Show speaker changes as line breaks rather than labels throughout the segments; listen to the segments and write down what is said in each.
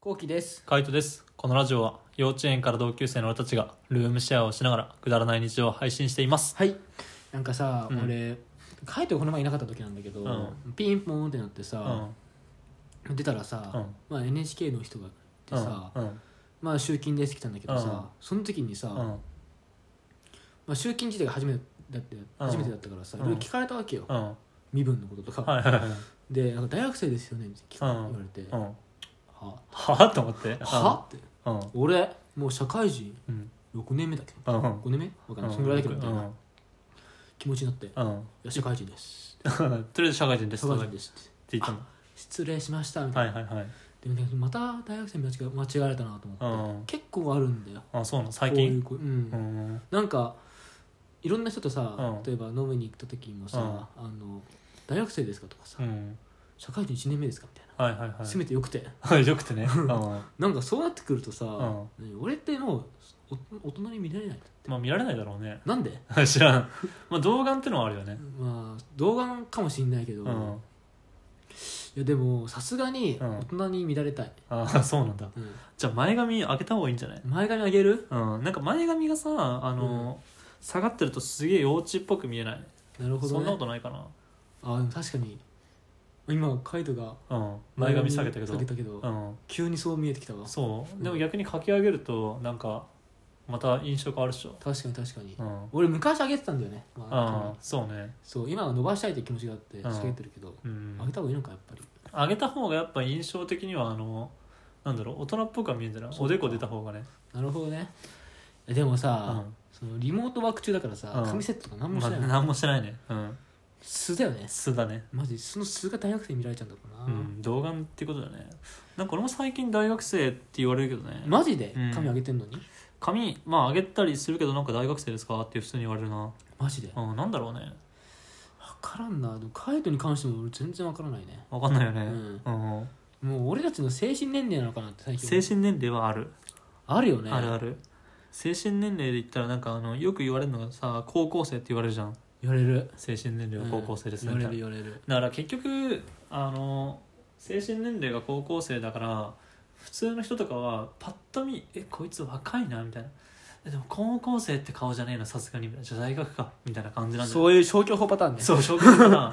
こうきです。
カイトです。このラジオは幼稚園から同級生の俺たちがルームシェアをしながらくだらない日常を配信しています。
はい。なんかさ、
うん
俺、カイトがこの前いなかった時なんだけど、
う
ピンポーンってなって
うん。
さ、出たらさ、
うん
まあ、NHK の人が
う
来て
ん
さ、。
うん。
まあ集金です来たんだけどさ、
うん
その時にさ、
うん。
まあ、集金自体が初めてだって、初めてだったからさ、
う
い
ん
ろいろ聞かれたわけよ。
うん。
身分のこととか。
はいはいはい。
で、なんか大学生ですよねって聞か
うん
言われて、
う
は
ん。はと思って。
はって。
うん。
俺、もう社会人
うん。
6年目だっけ
うん。うん。
5年目わかんない。そのぐらいだけど、みたいな気持ちになって、い
うん。
や、社会人です。
うん。とりあえず社会人です。
社会人ですって。
って言ったの。
失礼しましたみた
はいい
な、
はいはい。
でもねまた大学生に間違え間違えられたなと
う
思って、
ん。
結構あるんだよ
あ、そうなの最
こうい
近
う子うん
うん。
なんかいろんな人とさ、
うん
例えば飲みに行った時もさ、あの大学生ですかとかさ、
うん。
社会人1年目ですかみたいな、
はいはいは
せめてよくて
い。はい、よ くてね。うん。ま
なんかそうなってくるとさ、
う
俺ってもうお大人に見られない
あ見られないだろうね。
なんで、
知らん。まあ、童顔ってのはあるよね。
まあ童顔かもしんないけど、
う
い
ん。
やでもさすがに
うん
大人に見られたい、
あ、そうなんだ。
うん
じゃあ前髪開けた方がいいんじゃない
前髪あげる
うん、なんか前髪がさあの、下がってるとすげえ幼稚っぽく見えない、
なるほ
そ
ど
んな
ね
ことないかな、
あでも確かに今カイトが
うん、前髪下げたけど
下げたけど、
うん、
急にそう見えてきたわ
そうでも逆にかき上げるとなんかまた印象変わるでしょ、
確かに確かに、
うんうん、
俺昔上げてたんだよね、まあ
そうね、
そう今は伸ばしたいという気持ちがあって
うん
下げてるけど、
うん
上、げた方がいいのかやっぱり
上げた方がやっぱ印象的にはあのなんだろう大人っぽくは見えるんじゃない
そう
お
か
でこ出た方がね
なるほどねえでも
うん
さ、そのリモートワーク中だからさ、
うん
髪セットとか何もし
まあ
ないの、
何もしてないねうん
素だよね
素だね
マジその素が大学生に見られちゃうんだろう
う
な、
ん童顔ってことだねなんか俺も最近大学生って言われるけどね
マジで
うん
髪上げてんのに、
髪まあ上げたりするけどなんか大学生ですかって普通に言われるな、
マジで分
うん、なんだろうね
からんなでもカイトに関しても俺全然分からないね
わかんないよね、
う
うん
もう俺たちの精神年齢なのかなって最近思
精
う
神年齢はある、
あるよね
あるある精神年齢で言ったらなんかあのよく言われるのがさ高校生って言われるじゃん
言われる
精神年齢は高校生ですね、
うん
み
言
た
われ
いな
る言われる
だから結局あの精神年齢が高校生だから普通の人とかはパッと見えこいつ若いなみたいなえでも高校生って顔じゃねえなさすがにみたいなじゃあ大学かみたいな感じなんだよね
そういう消去法パターンね
そう、職人かな。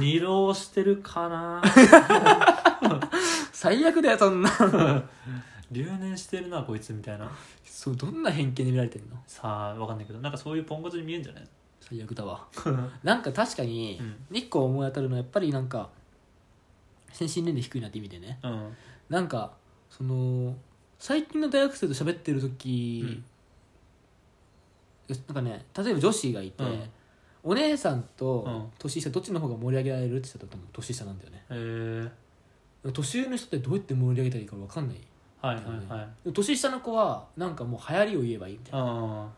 二浪してるかな。
最悪だよそんな
留年してるな、こいつみたいな。
そうどんな偏見で見られてんの
さあ、わかんないけど、なんかそういうポンコツに見えんじゃない
最悪だ わなんか確かに
うん
一個思い当たるのはやっぱりなんか精神年齢低いなって意味でね
うん。
なんかその最近の大学生と喋ってる時、なんかね例えば女子がいて、
うん
お姉さん
う
と
ん
年下どっちの方が盛り上げられるって言ってたと思う年下なんだよね
えー、
年上の人ってどうやって盛り上げたらいいか分かんない
はいはいはい。
年下の子はなんかもう流行りを言えばいいみたいな
ああ、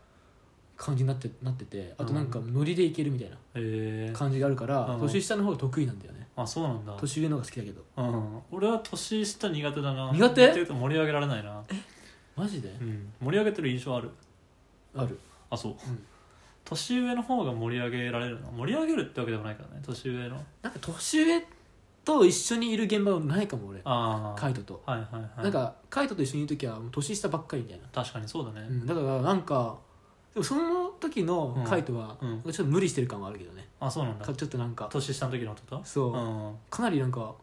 感じになってなっててあとなんかノリでいけるみたいな
えー、
感じがあるから、
うん
年下の方が得意なんだよね
あ、そうなんだ。
年上の方が好きだけど
うん、俺は年下苦手だな
苦手
っていうと盛り上げられないな、
マジで
うん、盛り上げてる印象ある
ある
あそう、
ん
年上の方が盛り上げられるな盛り上げるってわけでもないからね年上の
なんか年上と一緒にいる現場はないかも俺
あ
カイトと、
あはいはいはい
なんかカイトと一緒にいる時はもう年下ばっかりみたいな、
確かにそうだね、
うんだからなんかでもその時のカイトは、
うんうん
なんかちょっと無理してる感はあるけどね、
あそうなんだ
かちょっとなんか
年下の時のってこと
そう、
うん
かなりなんか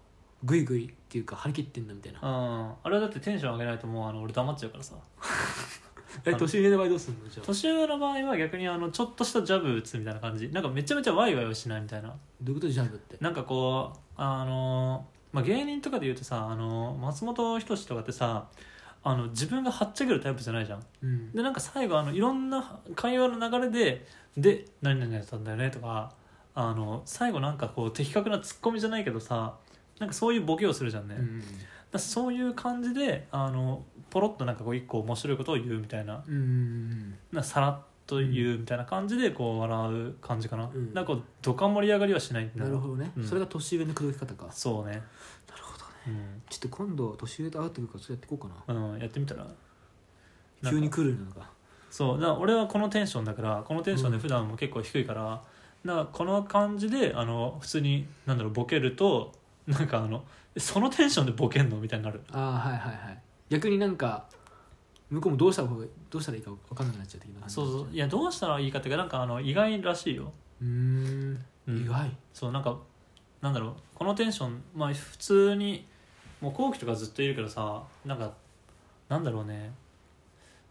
グイグイっていうか張り切ってんだみたいな、
ああれはだってテンション上げないともうあの俺黙っちゃうからさ
え年上の場合どうすんのじゃあ
年上の場合は逆にあのちょっとしたジャブ打つみたいな感じなんかめちゃめちゃワイワイはしないみたいな
どういうことジャブって
なんかこうあのまあ、芸人とかで言うとさあの松本人志とかってさあの自分がはっちゃけるタイプじゃないじゃん
うん
でなんか最後あのいろんな会話の流れで「で何々やったんだよね」とかあの最後なんかこう的確なツッコミじゃないけどさなんかそういうボケをするじゃんね、
うん
だそういう感じであのポロッとなんかこう一個面白いことを言うみたいな
うんうん
なさらっと言うみたいな感じでこう笑う感じかな、
うん
なんかこうどか盛り上がりはしないんだ
なるほどね、
うん
それが年上の口説き方か
そうね
なるほどね
うん、
ちょっと今度年上と会うってくるからそれやっていこうか
うん、やってみたら
な
な
急
ん
に
か
来るなのか
そうだから俺はこのテンションだからこのテンションで普段も結構低いから、だからこの感じであの普通になんだろうボケるとなんかあのそのテンションでボケんのみたいになる
ああはいはいはい逆になんか向こうもどうした方がどうしたらいいか分かんなくなっちゃう的な感じ
そうそういやどうしたらいいかっていうかなんかあの意外らしいよ、
うーん
うん
意外
そうなんかなんだろうこのテンションまあ普通にもう後期とかずっといるからさなんかなんだろうね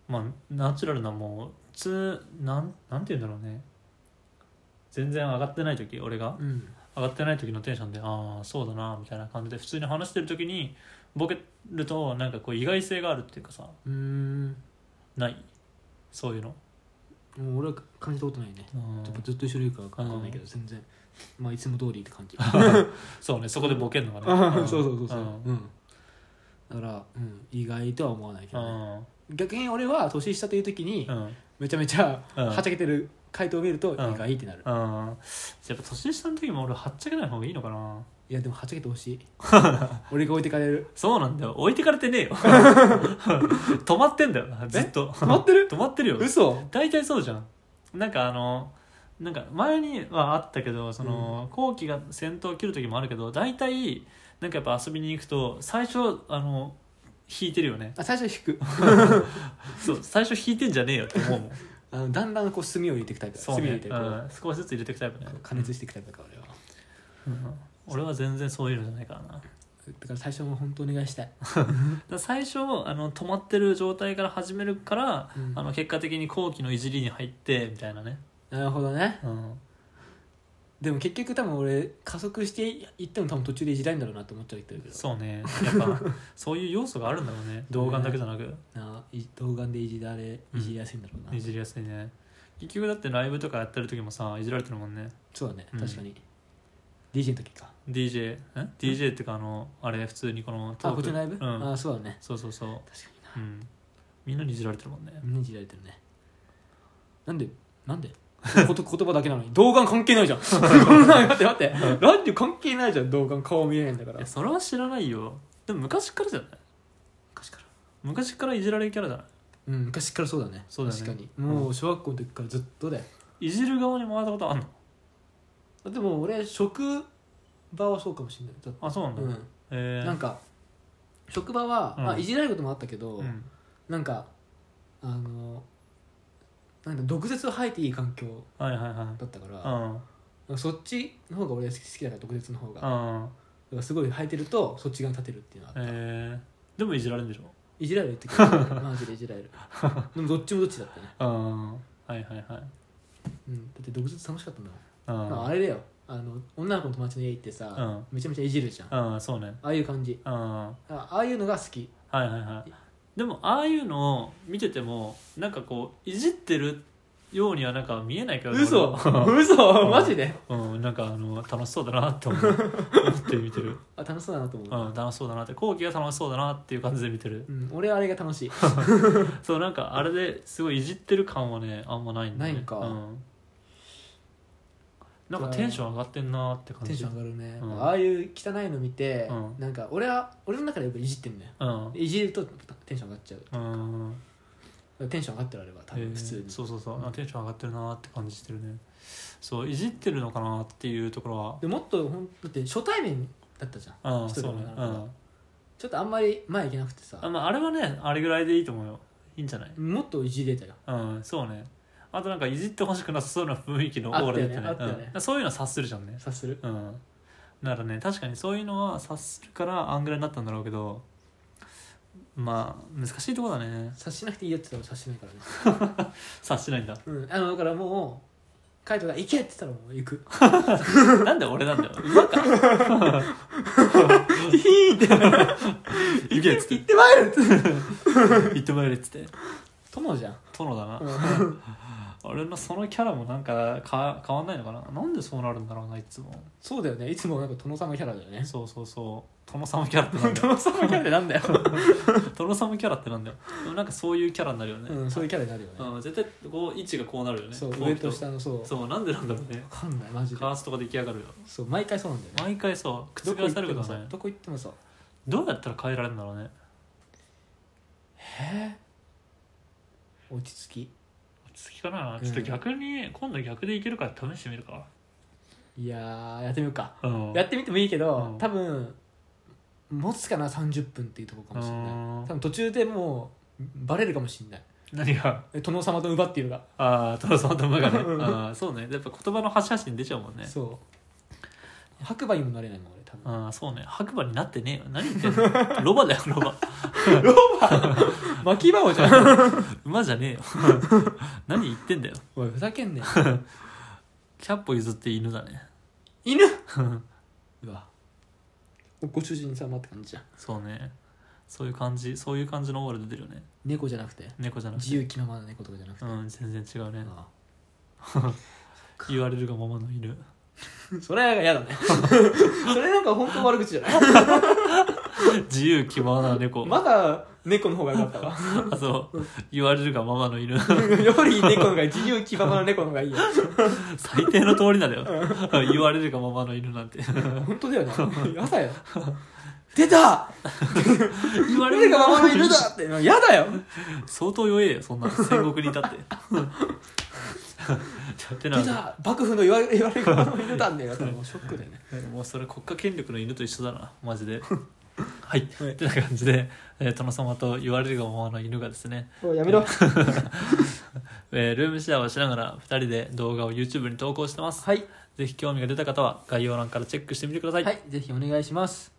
まあナチュラルなもう普通なんなんて言うんだろうね全然上がってない時俺が
うん
上がってない時のテンションでああそうだなみたいな感じで普通に話してる時にボケるとなんかこう意外性があるっていうかさ
うーん
ないそういうの、
もう俺は感じたことないね
うん
やっぱずっと一緒にいるから分かんないけど全然まあいつも通りって感 じ
そうねそこでボケんのがね
あーそうそうそうそううんうんだから、うん、意外とは思わないけ
う
ど、ね、
ん
逆に俺は年下という時に
うん
めちゃめちゃ
うん
はちゃけてる回答を見ると意
うん
外ってなる
あやっぱ年下の時も俺はっちゃけない方がいいのかない
やでもはちゃけてほ しい俺が置いてかれる
そうなんだよ置いてかれてね えよ止まってんだよなずっと
止まって る
止まってるよ
嘘
大体そうじゃんなんかあのなんか前にはあったけどその、後期が先頭を切る時もあるけど大体なんかやっぱ遊びに行くと最初あの引いてるよね
あ最初引く
そう最初引いてんじゃねえよって思うもん
あのだんだんこう炭を入れていくタイプだ
そう
炭を入
ね
れ、て
う、
こうん
少しずつ入れていくタイプね、
加熱していくタイプだから俺は
うん俺は全然そういうのじゃないからな
だから最初も本当お願いしたい
だから最初あの止まってる状態から始めるから、
うん
あの結果的に後期のいじりに入ってみたいなね、
なるほどね
うん、
でも結局多分俺加速していっても多分途中でいじられるんだろうなと思っちゃってるけど
そうねやっぱそういう要素があるんだろ うね動画だけじゃなく、
なあい動画でいじられ
うん
いじりやすいんだろうな、
いじりやすいね結局だってライブとかやってる時もさいじられてるもんね
そうだね
うん
確かに、DJ の時か
DJ ん DJ っていうかあのあれ普通にこの
あ
トー
こ
ク
っちのライブ、
うん
あそうだね
そうそうそう、
確かにな
うん、みんなにいじられてるもんね
みんないじられてるねなんでなんで こと言葉だけなのに動画関係ない じゃんこんなん待って待ってラジオ関係ないじゃん動画顔見えないんだか
い
ら
やそれは知らないよでも昔からじゃない
昔から
昔からいじられるキャラじゃない
うん昔からそうだね
そうだね
確かにもう小学校の時からずっとだよ
いじる側に回ったことあんの
でも俺職場はそうかもしれないだって
あそうなんだ、
うん
えー、
なんか職場は、
うん
まあ、いじられることもあったけど、
うん
なんかあのなんだ毒舌を吐いていい環境
はいはいはい
だったから、
うん
そっちの方が俺好き好きだから毒舌の方が、だか
うん
らすごい吐いてるとそっち側に立てるっていうのは、
えー、でもいじられるんでしょ
いじられるって 言うからマジでいじられるでもどっちもどっちだったね、
うんはいはい
う
はい
ん、だって毒舌楽しかったんだもん、
うん
まあ、あれだよあの女の子の友達の家行ってさ、
うん
めちゃめちゃいじるじゃん、あ
うんそうね
あいう感じ
うんは
あああいうのが好き
いはいはいでもああいうのを見ててもなんかこういじってるようにはなんか見えないけど
嘘
俺
嘘マジで
うんなんかあの楽しそうだなって思う思って見てる
あ楽しそうだなと思う、
うん楽しそうだなって後期が楽しそうだなっていう感じで見てる
うん、俺はあれが楽しい
そうなんかあれですごいいじってる感はねあんまないんだよね
ないんか
うん、なんかテンション上がってんなって感じ
テンション上がるね、
うん
ああいう汚いの見て、
うん
なんか俺は俺の中でやっぱいじってんだよ
うん
いじるとテンション上がっちゃう
うん
テンション上がってるあれば多
え
分
ー
普通に、
そうそうそう、
うん
あテンション上がってるなって感じしてるねそういじってるのかなっていうところは
でもっとほんだって初対面だったじゃん
うん
一人
そうね
なの
う
かなんちょっとあんまり前行けなくて
あ,、
さ
まあ、あれはねあれぐらいでいいと思うよいいんじゃない
もっといじれたよ
うんそうねあとなんかいじってほしくなさそうな雰囲気のオーラだったね
あったよねあったよね
うんそういうのは察するじゃんね
察する
うんだからね確かにそういうのは察するからあんぐらいになったんだろうけどまあ難しいところだね
察しなくていいやって言ったら察しないからね、
察し ないんだ
うん、あのだからもうカイトが「行け!」って言ったらもう行く
なんで俺なんだよ馬か
ヒーって
行けっつっ て
行ってまいるって
行ってまいれっつって
友じゃん、
殿だな
うん
俺のそのキャラもなんかか変わんないのかななんでそうなるんだろうないつも
そうだよねいつもなんか殿様キャラだよね
そうそうそう殿様キャラってなんだよ
殿様キャラってなんだよ、
殿様キャラってなんだよでもなんかそういうキャラになるよね、
うん、そういうキャラになるよね、
うん絶対こう位置がこうなるよね
そう
こ
上と
そう
下のそう
そうなんでなんだろうね
わかんないマジで
カーストが出来上がるよ
そう毎回そうなんだよね
毎回そう
どこ行
覆
っ
さ
て
れる
も
こと
さ
はない
どこ行ってもさ
どうやったら変えられるんだろうね
へえ落ち着き
次かなちょっと逆に、今度逆でいけるから試してみるか
いいやーやってみようか
うん
やってみてもいいけど、
うん
多分持つかな30分っていうところかもしれ
う
ない
ん
多分途中でもうバレるかもしれない
何が
え殿様と奪っていうのが、
ああ殿様と馬がね
うん
ああそうねやっぱ言葉の端々に出ちゃうもんね
そう白馬にもなれないもん俺多分
ああそうね白馬になってねえよ何言ってん のロバだよロバ
巻き場をじゃん
馬じゃねえよ 何言ってんだよ
おいふざけんね
100歩譲って犬だね
犬うわご主人様って感じじゃん
そうねそういう感じそういう感じのオーラ出てるよね
猫じゃなくて
猫じゃなくて
自由気ままな猫とかじゃなくて、
うん全然違うね
あ
言われるがままの犬
あそれは 嫌だねそれなんか本当悪口じゃない
自由気ままな猫、
まだ猫の方が良かった わ
あ そう言われるがままの犬
より猫の方が自由気ままな猫の方がいいよ
最低の通りなんだよ言われるがままの犬なんて
本当だよね朝よ出た
言わ
俺がママの犬だって嫌だよ
相当弱えよそんなの戦国にいたっててな
出た幕府の言わ 言われるママの犬だんだよもうショックだよね
もうそれ国家権力の犬と一緒だなマジではい、
はい
ってな感じで、えー殿様と言われるがままの犬がですね、
もうやめろ
えールームシェアをしながら2人で動画を YouTube に投稿してます
はい、
ぜひ興味が出た方は概要欄からチェックしてみてくださ
はい、ぜひお願いします